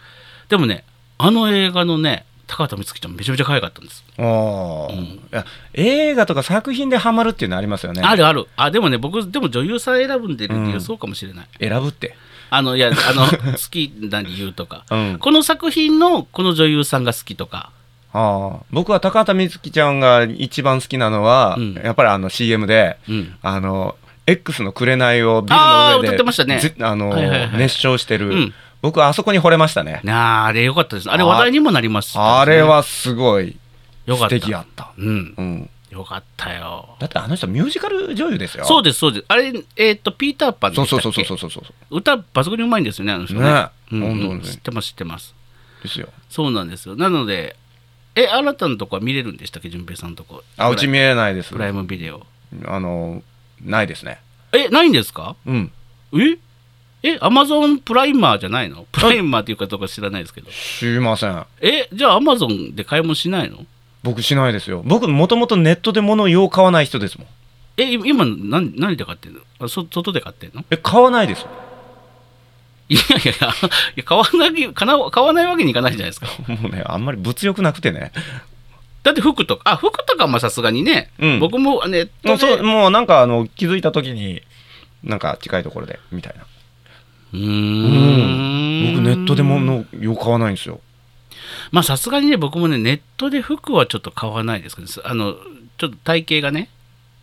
S2: でもねあの映画のね高畑充希ちゃんめちゃめちゃ可愛かったんです、
S1: あー、
S2: うん
S1: いや映画とか作品でハマるっていうのありますよね
S2: あるあるあでもね僕でも女優さん選ぶんでる理
S1: う
S2: 由
S1: ん
S2: そうかもしれない、
S1: 選ぶって
S2: あのいやあの 好きな理由とか
S1: うん
S2: この作品のこの女優さんが好きとか
S1: ああ僕は高畑充希ちゃんが一番好きなのは、
S2: うん
S1: やっぱりあの CM で
S2: うん
S1: あの X の紅をビル
S2: あ
S1: の上
S2: ー
S1: で
S2: 歌ってましたね
S1: ずあの、
S2: はいはいはい
S1: 熱唱してる、
S2: うん
S1: 僕はあそこに惚れましたね
S2: なああれよかったですあれ話題にもなりましたしね、
S1: あれはすごい
S2: よか
S1: 素
S2: った
S1: 敵やった
S2: うん
S1: うん、
S2: よかったよ
S1: だってあの人ミュージカル女優ですよ
S2: そうですそうですあれえっ、とピーターパンでした
S1: そ
S2: っ
S1: う
S2: け
S1: そうそうそうそうそうそう
S2: 歌抜群にうまいんですよねあの人ね
S1: ね
S2: うんうん
S1: 本当に
S2: 知ってます知ってます
S1: ですよ
S2: そうなんですよなのでえあなたのとこは見れるんでしたっけ順平さんのとこ
S1: あうち見えないです
S2: プライムビデオ
S1: あのないですね
S2: えないんですか
S1: うん
S2: ええアマゾンプライマーじゃないのプライマーっていうかどうか知らないですけど
S1: すいません
S2: えじゃあアマゾンで買い物しないの
S1: 僕しないですよ僕もともとネットで物をよう買わない人ですもん
S2: えい今何何で買ってんのあそ外で買ってんの
S1: え買わないです
S2: いやいやいやいや買わないかな買わないわけにいかないじゃないですか
S1: もうねあんまり物欲なくてね
S2: だって服とかあ服とかもさすがにね、
S1: うん
S2: 僕もネッ
S1: もう
S2: トで
S1: そうもうなんかあの気づいた時になんか近いところでみたいな
S2: う
S1: うん
S2: ん
S1: 僕ネットで物をよう買わないんですよ
S2: まあさすがにね僕もねネットで服はちょっと買わないですけどあのちょっと体型がね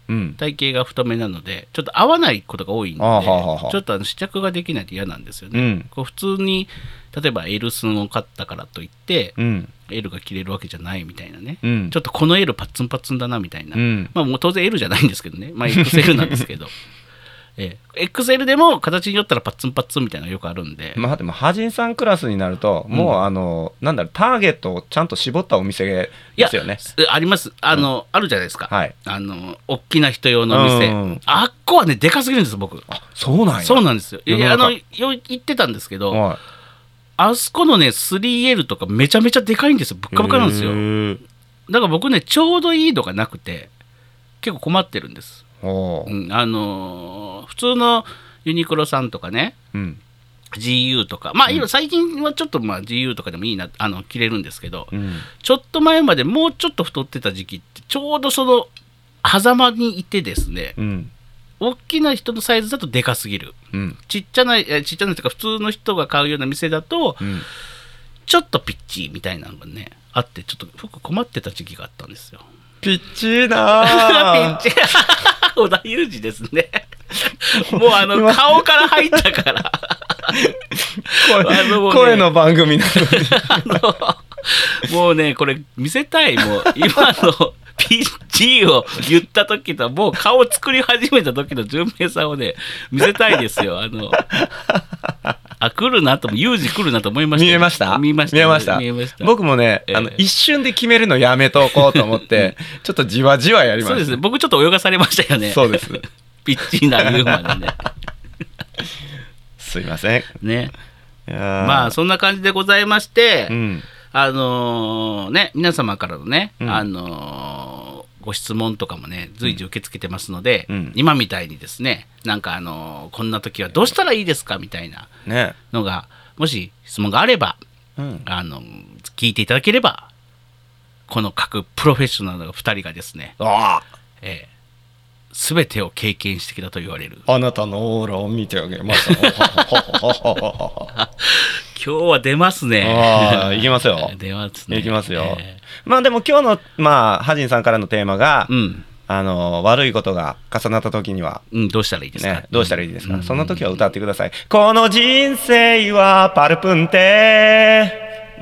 S1: うん
S2: 体型が太めなのでちょっと合わないことが多いんで
S1: あはあはあ
S2: ちょっとあの試着ができないと嫌なんですよ
S1: う
S2: ね、
S1: ん
S2: こう普通に例えば L 寸を買ったからといって
S1: うん
S2: L が着れるわけじゃないみたいなね、
S1: うん
S2: ちょっとこの L パッツンパッツンだなみたいな、
S1: うん
S2: まあもう当然 L じゃないんですけどね、まあ XL なんですけど、 ええ XL でも形によったらパッツンパッツンみたいなのがよくあるんで、
S1: まあでもハジンさんクラスになるともうあの、なんだろうターゲットをちゃんと絞ったお店ですよね
S2: えあります、あの、あるじゃないですか、
S1: はい
S2: あの大きな人用の店、
S1: うん
S2: あっこはね、でかすぎるんです、僕。
S1: あそうなんや
S2: そうなんですよ。い
S1: 世の
S2: やあ
S1: 中
S2: のよ言ってたんですけど、
S1: は
S2: あそこのね、3L とかめちゃめちゃでかいんですよ、ぶっ
S1: い
S2: かぶかなんですよ
S1: へ。ー
S2: だから僕ね、ちょうどいいのがなくて、結構困ってるんです。
S1: お
S2: う
S1: ー
S2: ん、あのー普通のユニクロさんとかね、
S1: うん、
S2: GU とか、まあ、今最近はちょっとまあ GU とかでもいいなあの着れるんですけど、
S1: うん、
S2: ちょっと前までもうちょっと太ってた時期ってちょうどその狭間にいてですね
S1: うん、
S2: 大きな人のサイズだとでかすぎる
S1: うん、
S2: ちっちゃなえちっちゃなというか普通の人が買うような店だと
S1: うん、
S2: ちょっとピッチーみたいなのがねあってちょっと服困ってた時期があったんですよ。
S1: ピッチー
S2: ピ
S1: な
S2: ッ
S1: ー
S2: チー 織田裕二ですね。もうあの
S1: 今
S2: 顔から入ったから。あのもう
S1: 声声
S2: ね
S1: の番組なのに
S2: あの、もうね、これ見せたい。もう、今 の PG を言った時と、もう顔作り始めた時の純平さんをね、見せたいですよ。あの、あ来るなともユージ来るなと思いました
S1: 見えました
S2: 見えました
S1: 見えました
S2: 見えました
S1: 僕もね、
S2: ええ
S1: あの一瞬で決めるのやめとこうと思ってちょっとじわじわやりまし
S2: そう
S1: た
S2: ですね僕ちょっと泳がされましたよね
S1: そうです
S2: ピッチになるまでね
S1: すいません
S2: ねま
S1: ま
S2: あそんな感じでございまして、
S1: うん
S2: あのーね皆様からのね、
S1: うん
S2: あのーご質問とかもね随時受け付けてますので、
S1: うん
S2: 今みたいにですねなんかあのーこんな時はどうしたらいいですかみたいな
S1: ね
S2: のがもし質問があれば
S1: うん
S2: あの聞いていただければこの各プロフェッショナルの2人がですね、
S1: あ
S2: えー、全てを経験してきたと言われる
S1: ああなたのオーラを見てあげます あ
S2: 今日は出ます
S1: あ
S2: ね
S1: いきますよ
S2: 出ますね
S1: いきますよ
S2: え
S1: まあでも今日のまあハジンさんからのテーマが
S2: ーうん
S1: あの悪いことが重なった時には
S2: うん、どうしたらいいですか、
S1: ね、どうしたらいいですか、
S2: うん
S1: そんな時は歌ってください「この人生はパルプンテ」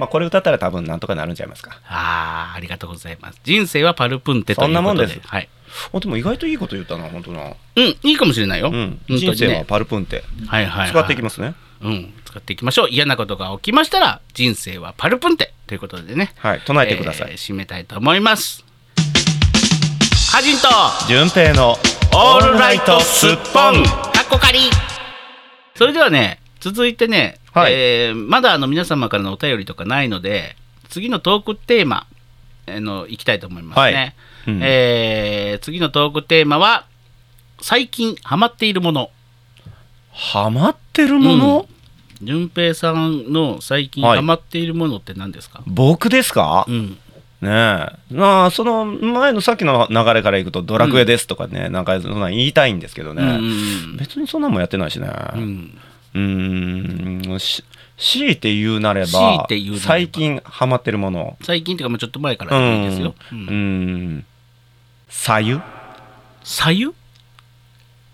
S1: まあこれ歌ったら多分なんとかなるんちゃいますか
S2: ああ、ありがとうございます。人生はパルプンテということ
S1: そん
S2: で。
S1: なもんです
S2: はい。
S1: おでも意外といいこと言ったな本当な、
S2: うん、いいかもしれないよ。
S1: うん、
S2: 本当にね
S1: 人生はパルプンテ、
S2: はいはいはい。
S1: 使っていきますね
S2: うん、使っていきましょう。嫌なことが起きましたら、人生はパルプンテということでね。
S1: はい唱えてください
S2: えー締めたいと思います。歌人と、
S1: 順平の「オールライトすっぽん
S2: かっこかり。それではね、続いてね、
S1: はい
S2: えーまだあの皆様からのお便りとかないので、次のトークテーマ、あのいきたいと思いますね。
S1: はいうん
S2: えー次のトークテーマは、最近ハマっているもの。」
S1: ハマってるもの、
S2: 順平さんの最近
S1: はい
S2: ハマっているものって何ですか、
S1: 僕ですか、
S2: うん。
S1: ねえまあその前のさっきの流れからいくと「ドラクエです」とかね、なんかそんなん言いたいんですけどね、
S2: うん
S1: 別にそんなんもやってないしね、
S2: うんうんうん
S1: うーんし強いて言うなれ
S2: 強い
S1: ば
S2: て言うなれば
S1: 最近ハマってるもの
S2: 最近っていうか、もうちょっと前か
S1: う
S2: らでいいです
S1: ん
S2: よ。
S1: う
S2: うん
S1: んさゆ
S2: 白湯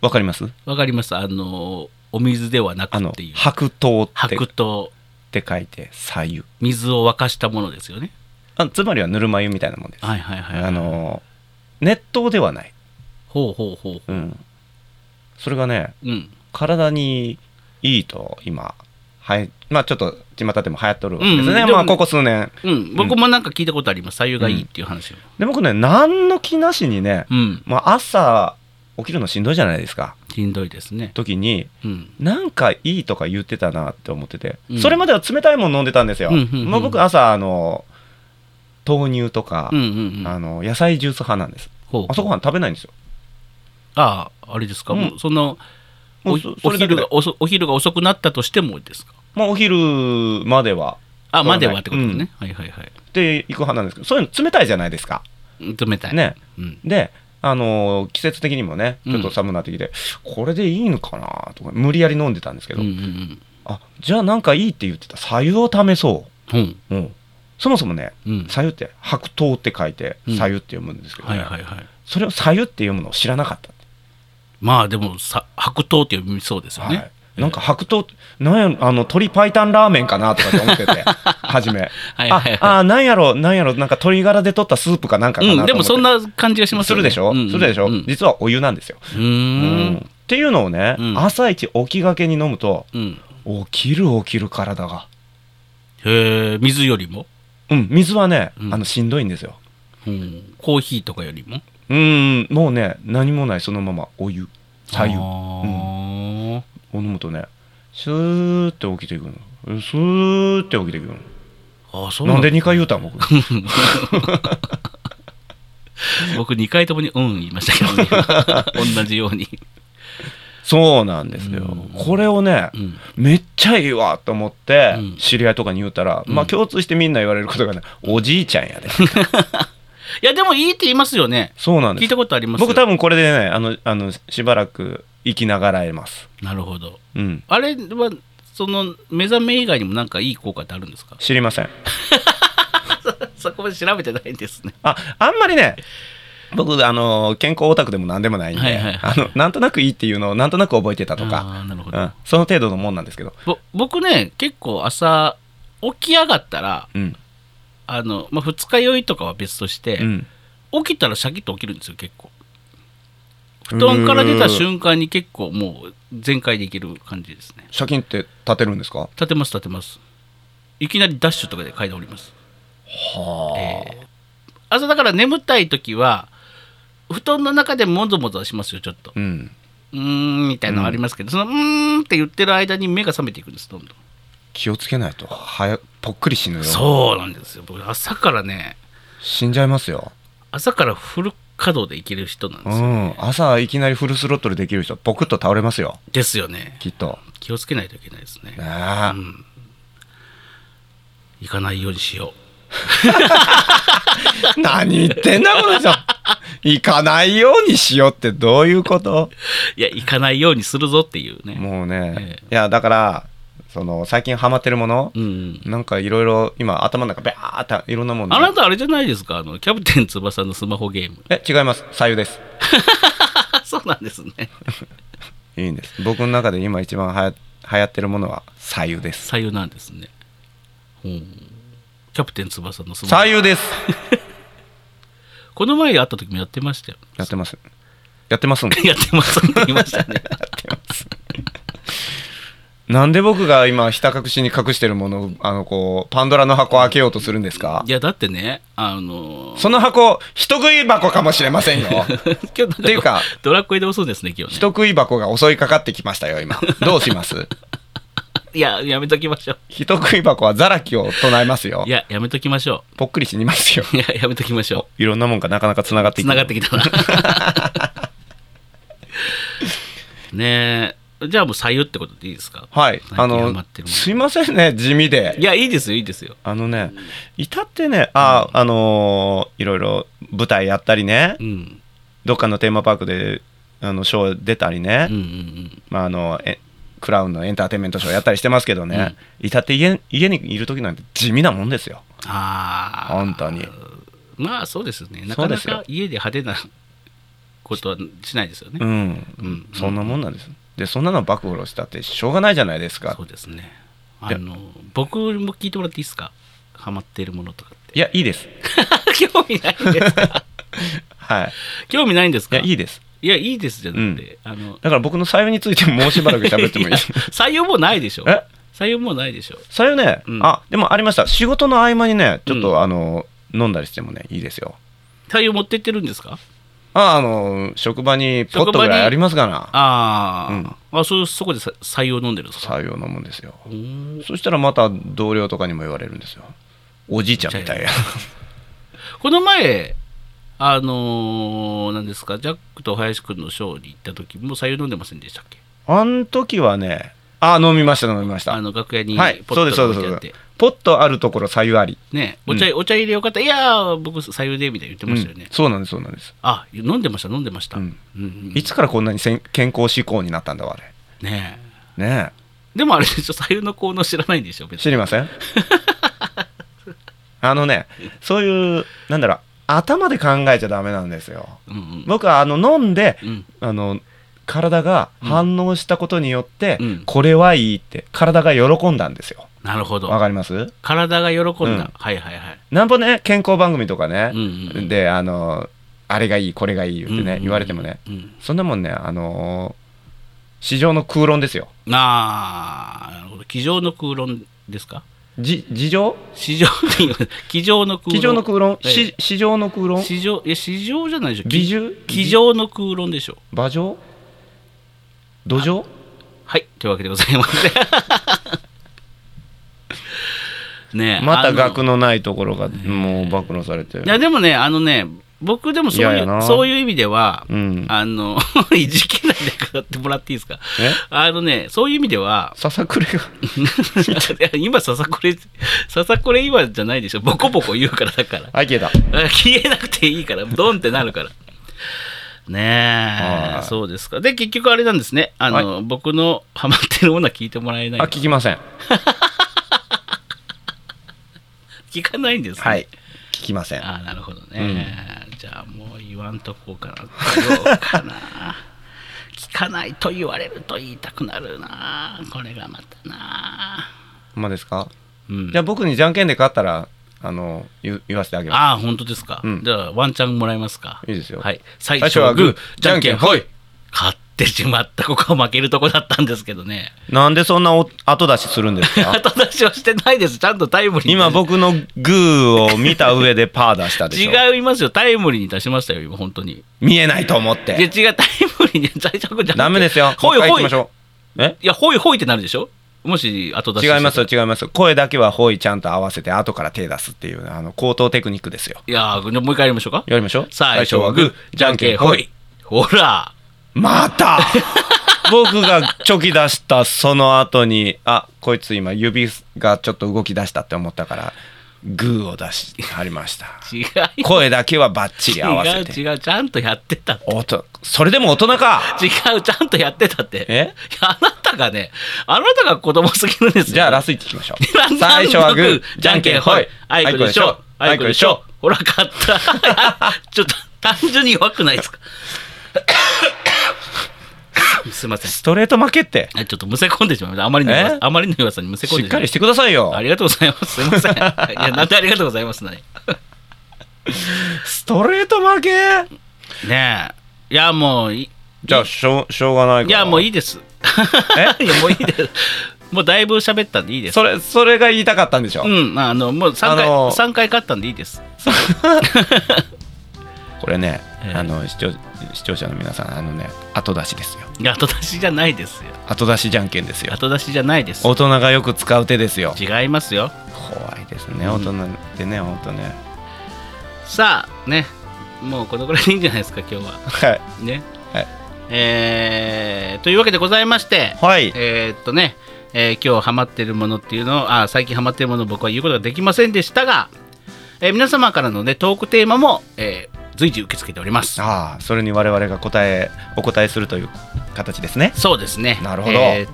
S1: わかります
S2: わかります。あの、お水ではなく
S1: あの
S2: っていう。
S1: 白桃って
S2: 白と
S1: って書いてさゆ
S2: 水を沸かしたものですよね。
S1: あつまりはぬるま湯みたいなもんです
S2: はいはいはい。
S1: あの熱湯ではない
S2: ほうほうほう。
S1: うんそれがね
S2: うん。
S1: 体にいいと今はいまあちょっと巷でも流行っとるんです
S2: うん
S1: ね
S2: でも
S1: まあここ数年
S2: うん、僕もなんか聞いたことあります。左右がいいっていう話を。
S1: で僕ね何の気なしにね
S2: うん。
S1: まあ朝起きるのしんどいじゃないですか
S2: しんどいですね。
S1: 時に
S2: うん。
S1: なんかいいとか言ってたなって思ってて、
S2: うん
S1: それまでは冷たいもの飲んでたんですよ、
S2: うんうんうん
S1: もう僕朝あの豆乳とか、
S2: うんうんう
S1: あ
S2: ん。
S1: の野菜ジュース派なんです
S2: ほう
S1: 朝ごはん食べないんですよ
S2: ああ、あれですか。
S1: うん
S2: もうそのお
S1: もうそ
S2: お
S1: それだけ
S2: 昼
S1: で
S2: がおそお昼が遅くなったとしてもですか。
S1: まあ、お昼までは
S2: あ、
S1: そうな
S2: ま
S1: ん
S2: で
S1: だ
S2: はってことですね。はいはいはい。
S1: って行く派なんですけどそういうの冷たいじゃないですか、
S2: 冷たい。
S1: ね
S2: うん。
S1: であの季節的にもねちょっと寒くなってきて、これでいいのかなとか無理やり飲んでたんですけ
S2: うん
S1: ど、
S2: うんうん。
S1: あじゃあなんかいいって言ってた白湯を試そ
S2: うん。
S1: う、うん、そもそもね
S2: うん。
S1: 白湯って白桃って書いて
S2: うん
S1: 白湯って読むんですけど、
S2: は
S1: ね
S2: いはいはい。
S1: それを「さゆ」って読むのを知らなかったって
S2: まあでもさ白桃って読みそうですよ
S1: は
S2: ね
S1: い。なんか白桃なんやあの鶏白湯ラーメンかなとかって思ってて初め
S2: はいはいはい
S1: ああなんやろなんやろなんか鶏ガラで取ったスープかなんかかなと
S2: う
S1: 思
S2: ん。
S1: っ
S2: で
S1: て、
S2: もそんな感じがします
S1: す
S2: よ
S1: る
S2: ね
S1: でしょ、
S2: うんうん
S1: するでしょ、
S2: うんう
S1: 実はお湯なんですよ、
S2: ー
S1: うん
S2: ん。
S1: っていうのをね、
S2: うん
S1: 朝一起きがけに飲むと
S2: うん。
S1: 起きる起きる体が
S2: へえ、水よりも。
S1: うん水はね、
S2: うん
S1: あのしんどいんですよ
S2: うん、コーヒーとかよりも
S1: うんもうね何もないそのままお湯白湯
S2: あー
S1: を飲むとねスーって起きていくのスーって起きていくの
S2: あそう
S1: な
S2: なんん
S1: で
S2: だ
S1: 2回言うたん僕
S2: 僕2回ともに「うん」言いましたけ ど、ね、同じように、
S1: そうなんですよ、
S2: うん
S1: これをね
S2: うん、
S1: めっちゃいいわと思って
S2: うん
S1: 知り合いとかに言うたら、
S2: うん
S1: まあ共通してみんな言われることがねおじいちゃんやで
S2: いやでもいいって言いますよね
S1: そうなん
S2: 聞
S1: で
S2: い
S1: す
S2: たことあります
S1: 僕多分これでねあのあのしばらく生きながらえます
S2: なるほど
S1: うん
S2: あれはその目覚め以外にもなんかいい効果ってあるんです か
S1: 知りません
S2: そこまで調べてないんですね
S1: ああんまりね僕あの健康オタクでも何でもないんで、
S2: はいはいは
S1: あのなんとなくいいっていうのをなんとなく覚えてたとか、
S2: あーなるほ
S1: う
S2: ど、
S1: ん、その程度のもんなんですけど、
S2: ぼ僕ね結構朝起き上がったら
S1: うん
S2: あの、まあ、二日酔いとかは別として、
S1: うん、
S2: 起きたらシャキッと起きるんですよ結構布団から出た瞬間に結構もう全開でいける感じですね
S1: 借金って立てるんですか
S2: 立てます立てますいきなりダッシュとかで階段降ります
S1: はあ、
S2: え朝だから眠たい時は布団の中でもぞもぞしますよちょっと
S1: うん
S2: うーんみたいなのありますけど、そのうーんって言ってる間に目が覚めていくんですどんどん
S1: 気をつけないと早ぽっくり死ぬよ
S2: そうなんですよ僕朝からね
S1: 死んじゃいますよ
S2: 朝からフル稼働でいける人なん
S1: う
S2: ですよ、
S1: ん朝いきなりフルスロットルできる人ポクッと倒れますよ
S2: ですよね
S1: きっと
S2: 気をつけないといけないですね
S1: ねえ
S2: うん行かないようにしよ
S1: 何言ってんだこの人行かないようにしようってどういうこと
S2: ういや行かないようにするぞっていうね
S1: もうねい
S2: え、
S1: やだからその最近ハマってるもの、
S2: うんうん
S1: なんかいろいろ今頭の中ビャーっていろんなもの
S2: あなたあれじゃないですかあのキャプテン翼のスマホゲーム
S1: え違います左右です
S2: あそうなんですね
S1: いいんです僕の中で今一番はや流行ってるものは左右です
S2: 左右なんですねうんキャプテン翼のスマホ
S1: 左右です
S2: この前会った時もやってましたよ
S1: やってますやってますんで
S2: やってますって言いましたね
S1: なんで僕が今ひた隠しに隠してるものをあのこうパンドラの箱開けようとするんですか
S2: いやだってねあのー
S1: その箱人食い箱かもしれませんよ
S2: 今日
S1: ってい
S2: なん
S1: う
S2: か
S1: か
S2: ドラクエでもそうですね今日ね
S1: 人食い箱が襲いかかってきましたよ今どうします
S2: いややめときましょう
S1: 人食い箱はザラキを唱えますよ
S2: いややめときましょ
S1: ぽっくり死にますよ
S2: うい ややめときましょう
S1: いろんなもんがなかなかつながってい
S2: つ
S1: く
S2: ながって きたなねえじゃあもう左右ってことでいいですか
S1: はい
S2: 最近
S1: あ
S2: ハマ
S1: の
S2: ってるもの
S1: すいませんね地味で
S2: いやいいですよいいですよ
S1: あのね至ってねああのーいろいろ舞台やったりね
S2: うん
S1: どっかのテーマパークであのショー出たりね
S2: うんうんうん
S1: まああのえクラウンのエンターテインメントショーやったりしてますけどね至って家家にいる時なんて地味なもんですよ
S2: ああ
S1: 本当に
S2: まあそうですよねな
S1: そ
S2: か
S1: うで
S2: な
S1: すよ
S2: か家で派手なことはしないですよね、
S1: うん、
S2: うん
S1: そんなもんなんですでそんなの暴露したってしょうがないじゃないですか
S2: そうですね
S1: い
S2: あ
S1: や
S2: の僕も聞いてもらっていいですかハマっているものとか って
S1: いやいいです
S2: 興味ないんですか
S1: はい
S2: 興味ないんです
S1: い
S2: か
S1: やいいです
S2: いやいいですじゃなくて、あの
S1: だから僕の採用についてもうしばらく喋って もいいです
S2: 採用もうないでしょ
S1: え
S2: 採用もうないでしょ
S1: 採用ね、
S2: うん
S1: あでもありました仕事の合間にねちょっと、
S2: うん
S1: あの飲んだりしてもねいいですよ
S2: 採用持ってってるんですか
S1: ああの職場にポット
S2: 職場
S1: ぐ
S2: に
S1: らいありますから
S2: あー、あそそこでさ採用飲んでるんですか
S1: 採用のもんですよ
S2: おー
S1: そしたらまた同僚とかにも言われるんですよおじいちゃんみたいな
S2: この前あのー、なんですかジャックと林くんのショーに行った時も採用飲んでませんでしたっけ
S1: あん時はねあ飲みました飲みました
S2: あの楽屋に
S1: はい
S2: ポット
S1: そう
S2: が
S1: で
S2: 置
S1: すそうで
S2: いてあっ
S1: す
S2: て
S1: ポットあるところ採用あり
S2: ねお茶,、お茶入れよかったいやー僕採用でみたいな言ってましたよ
S1: う
S2: ね、
S1: んそうなんですそうなんです、
S2: あ飲んでました飲んでました、
S1: う
S2: うんんうん
S1: いつからこんなにせん健康志向になったんだわあれ
S2: ねえ
S1: ね
S2: でもあれでしょ採用の効能知らないんでしょ
S1: え
S2: 別に
S1: 知りませ んあのねそういうなんだろう頭で考えちゃダメなんですよ
S2: うんうん
S1: 僕はあの飲んで
S2: うん
S1: あの体が反応したことによって、
S2: うん
S1: これはいいって体が喜んだんですよ
S2: なるほど
S1: わかります
S2: 体が喜んだ、
S1: うん
S2: はいはいはい
S1: なんぼね健康番組とかね、
S2: うんうん
S1: であのあれがいいこれがいい言ってね、
S2: うんうんうん
S1: 言われてもね
S2: うん
S1: そんなもんねあの市場の空論ですよ
S2: あーなるほど机上の空論ですか
S1: じ事情
S2: 市場って いう机上の空論
S1: 机上の空論、
S2: ええ
S1: し市場の空論
S2: 市場いや市場じゃないでしょ
S1: 美獣
S2: 机上の空論でしょ
S1: 馬上土壌
S2: はいというわけでござい ましてねえ
S1: また
S2: あ
S1: 額
S2: の
S1: のないところがもう暴露されて
S2: いやでもねあのね僕でもそういう
S1: いやいやな
S2: そういう意味では、
S1: うん
S2: あの いじけないで語ってもらっていいですか
S1: え
S2: あのねそういう意味では
S1: ささ くれが
S2: いや 今ささこれささこれ今じゃないでしょボコボコ言うから だから
S1: あ消えた
S2: あ消えなくていいからドンってなるからね
S1: は
S2: え
S1: い
S2: そうですかで結局あれなんですねあの、僕のハマってるものは聞いてもらえない
S1: あ聞きません
S2: 聞かないんですね、
S1: はい聞きません
S2: あなるほどね、じゃあもう言わんとこうかな言おうかな 聞かないと言われると言いたくなるなこれがまたな
S1: ほんまですか
S2: うん
S1: じゃあ僕にじゃんけんで勝ったらあの言言わせてあげま
S2: ああ、本当ですか。
S1: うん
S2: じゃあ、ワンチャンもらえますか。
S1: いいですよ
S2: はい。最
S1: 最初
S2: 初
S1: は
S2: は
S1: グ
S2: グ
S1: ー
S2: ー、じゃんけん、ほい。勝ってしまったここは負けるとこだったんですけどね
S1: なんでそんなお後出しするんです か
S2: 後出しはしてないですちゃんとタイムリーに
S1: 今僕のグーを見た上でパー出したでしょ
S2: 違いますよタイムリーに出しましたよ今本当に
S1: 見えないと思っ
S2: いや違
S1: て
S2: うタイムリーに大丈夫じゃん
S1: ダメですよも
S2: ほ
S1: う
S2: い
S1: 一回行
S2: ほ
S1: き
S2: い
S1: ましょうえ
S2: いやほいほいってなるでしょもし後出しして
S1: 違いますよ違いますよ声だけはほいちゃんと合わせて後から手出すっていうあの口頭テクニックですよ
S2: いやーもう一回やりましょうか
S1: やりましょう
S2: 最初はグーじゃんけんほいほら
S1: ま た僕がチョキ出したその後にあこいつ今指がちょっと動き出したって思ったからグーを出しはりました
S2: 違い
S1: 声だけはバッチリ合わせ
S2: 違
S1: て
S2: う違うちゃんとやってた
S1: おとそれでも大人か
S2: 違うちゃんとやってたっていや
S1: え
S2: あなたがねあなたが子供すぎるんですよ
S1: じゃあラスイッチいきましょう
S2: な
S1: 最初はグ
S2: なん
S1: ー
S2: と
S1: じゃんけんほい
S2: あいこでしょあいこでしょほら勝った ちょっと単純に弱くないですか すいません
S1: ストレート負けって
S2: あちょっとむせ込んでしまいましたあまりの弱さ
S1: え
S2: あまりの弱さにむせ
S1: し
S2: 込んで
S1: っ
S2: しま
S1: か
S2: いま
S1: り
S2: し
S1: してくださいよ
S2: たありがとうございますすい ませんいやなんでありがとうございますね
S1: ストレート負け
S2: ねえいやもうい
S1: じゃあしょうしょうがないから
S2: いやもうい
S1: い
S2: いです
S1: え
S2: いやもういいですもうだいぶ喋ったんでいいです
S1: それそれが言いたかったんでしょ、
S2: うんあのもう3
S1: あの
S2: 回
S1: ー
S2: 三回勝ったんでいいです
S1: これね、
S2: ええ
S1: あの視聴視聴者の皆さんあのね後出しですよ
S2: いや後出しじゃないですよ
S1: 後出しじゃんけんですよ
S2: 後出しじゃないです
S1: 大人がよく使う手ですよ
S2: 違いますよ
S1: 怖いですね
S2: うん
S1: 大人ってね、本当ね
S2: さあねもうこのぐらいでいいんじゃないですか今日は
S1: はい
S2: ね
S1: はい
S2: えーというわけでございまして
S1: はい
S2: えーっとね、えー今日ハマってるものっていうのをあ最近ハマってるものを僕は言うことができませんでしたが、えー皆様からのねトークテーマも、えー随時受け付けております
S1: ああそれに我々が答えお答えするという形ですね
S2: そうですね。
S1: なるほど
S2: ー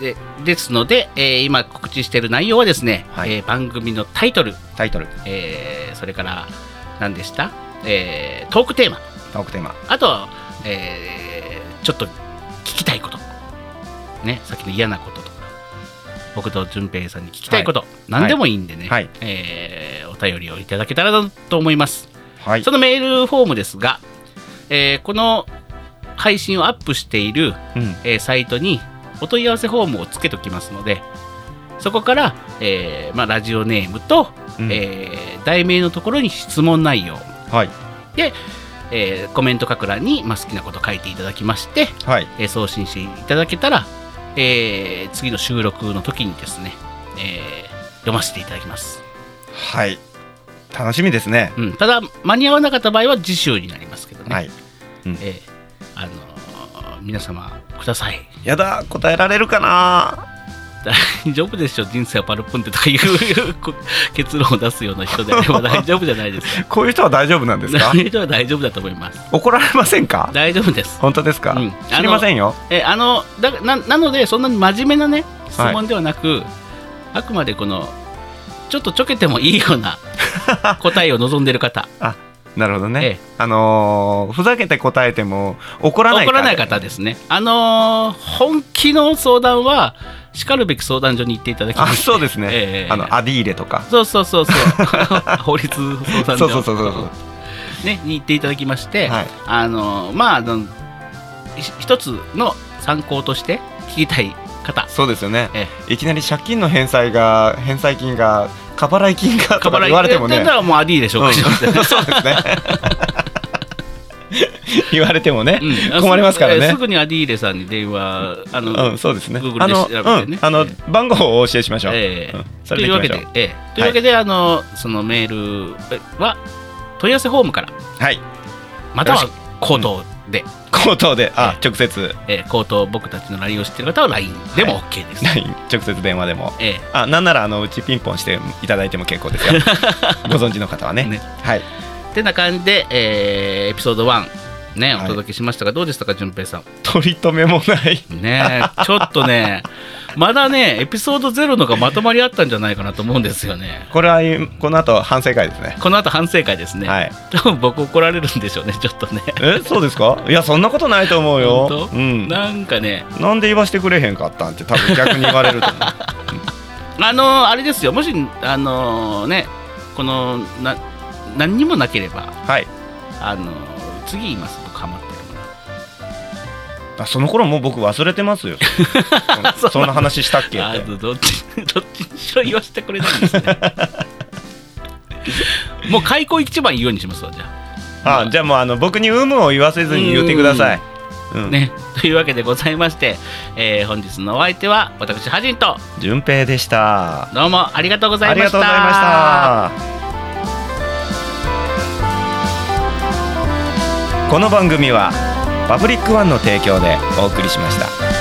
S2: でですので、えー今告知している内容はですね、
S1: はい
S2: えー番組のタイトル、
S1: タイトル
S2: えーそれから何でした、えートークテーマ、
S1: トークテーマ
S2: あとは、えーちょっと聞きたいこと、ね、さっきの嫌なこととか、僕と淳平さんに聞きたいこと、何でもいいんでね、
S1: はい
S2: えーお便りをいただけたらなと思います。
S1: はい
S2: そのメールフォームですが、えーこの配信をアップしている
S1: うん
S2: えーサイトにお問い合わせフォームをつけときますのでそこから、えーまあ、ラジオネームと、
S1: うん
S2: えー題名のところに質問内容
S1: はい
S2: で、えーコメント書く欄に、まあ、好きなこと書いていただきまして、
S1: はい
S2: えー送信していただけたら、えー次の収録の時にですね、えー読ませていただきます、
S1: はい楽しみですね
S2: うん、ただ間に合わなかった場合は次週になりますけどね、
S1: はい
S2: えーあのー皆様ください
S1: やだ答えられるかな
S2: 大丈夫でしょ人生はパルポンテとかいうこ結論を出すような人であれば大丈夫じゃないですか
S1: こういう人は大丈夫なん ですか
S2: 大丈夫は大丈夫だと思います
S1: 怒られませんか
S2: 大丈夫です
S1: 本当ですか、
S2: うん
S1: 知りませんよ
S2: えあのだななのでそんなに真面目なね質問ではなく、あくまでこのちょっとちょけてもいいよう な答えを望んでる方
S1: なるほどね、
S2: ええ
S1: あのーふざけて答えても怒らない
S2: 怒らない方ですねあのー本気の相談はしかるべき相談所に行っていただきま
S1: あ
S2: す
S1: そうですね、
S2: ええ
S1: あのアディーレとか
S2: そうそうそうそう 法律
S1: そう
S2: 相談所
S1: そうそうそうそう
S2: ね、に行っていただきまして、
S1: はい
S2: あのまああのひ一つの参考として聞きたい方
S1: そうですよね
S2: え
S1: いきなり借金の返済が返済金が過払い金がとか言われてもね
S2: だったらもうアディで紹介しますよね、
S1: うんそう ですね言われてもね、
S2: うん
S1: 困りますからね
S2: すぐにアディーレさんに電話あの、
S1: うん、そうですね。
S2: Google
S1: あ
S2: で
S1: の、
S2: 調べて
S1: う
S2: ね
S1: ん、あの
S2: ええ
S1: 番号をお教えしましょう。
S2: ええ
S1: うんそ
S2: と
S1: れ
S2: い
S1: で
S2: う
S1: 行
S2: わ
S1: きま
S2: けで
S1: しょう。、
S2: ええというわけで、あのそのメールは問い合わせフォームから
S1: はい、
S2: または
S1: よ
S2: 口頭で、
S1: 口頭で、あ
S2: え、
S1: 直接、
S2: えー口頭僕たちの LINE を知ってる方は LINE でも OK です、
S1: ない直接電話でも。
S2: え
S1: あ、なんなら、あの、うちピンポンしていただいても結構 ですよ。ご存知の方はね。
S2: ね
S1: はい。
S2: えてな感じで、えーエピソード1ね
S1: はい
S2: お届けしましたが、どうでしたか順平さん
S1: 取り留めもない。
S2: ねえちょっとねまだねエピソード0のがまとまりあったんじゃないかなと思うんですよね
S1: これは、この後反省会ですね。
S2: この後反省会ですね、
S1: はい。
S2: 多分僕怒られるんでしょうねちょっとね
S1: え、そうですか。いや、そんなことないと思うよ
S2: 本。当
S1: うん。
S2: なんかね
S1: なんで言わしてくれへんかったんって、多分逆に言われると思 う。
S2: あのあれですよもしあのねこのな何にもなければ
S1: はい。
S2: あの次言います僕ハマってるもの
S1: あその頃もう僕忘れてますよ そそんな話したっけ
S2: あ
S1: って
S2: どどっちどっちにしろ言わせてくれない んですねもう開口一番言うようにしますわじゃあ
S1: あじゃあもうあの僕に有無を言わせずに言ってください、うん、
S2: ね、 というわけでございまして、えー本日のお相手は私ハジンと
S1: 順平でした
S2: どうもありがとうござ
S1: あ
S2: い
S1: り
S2: ま
S1: が
S2: し。
S1: とうございましたたこの番組はパブリックワンの提供でお送りしました。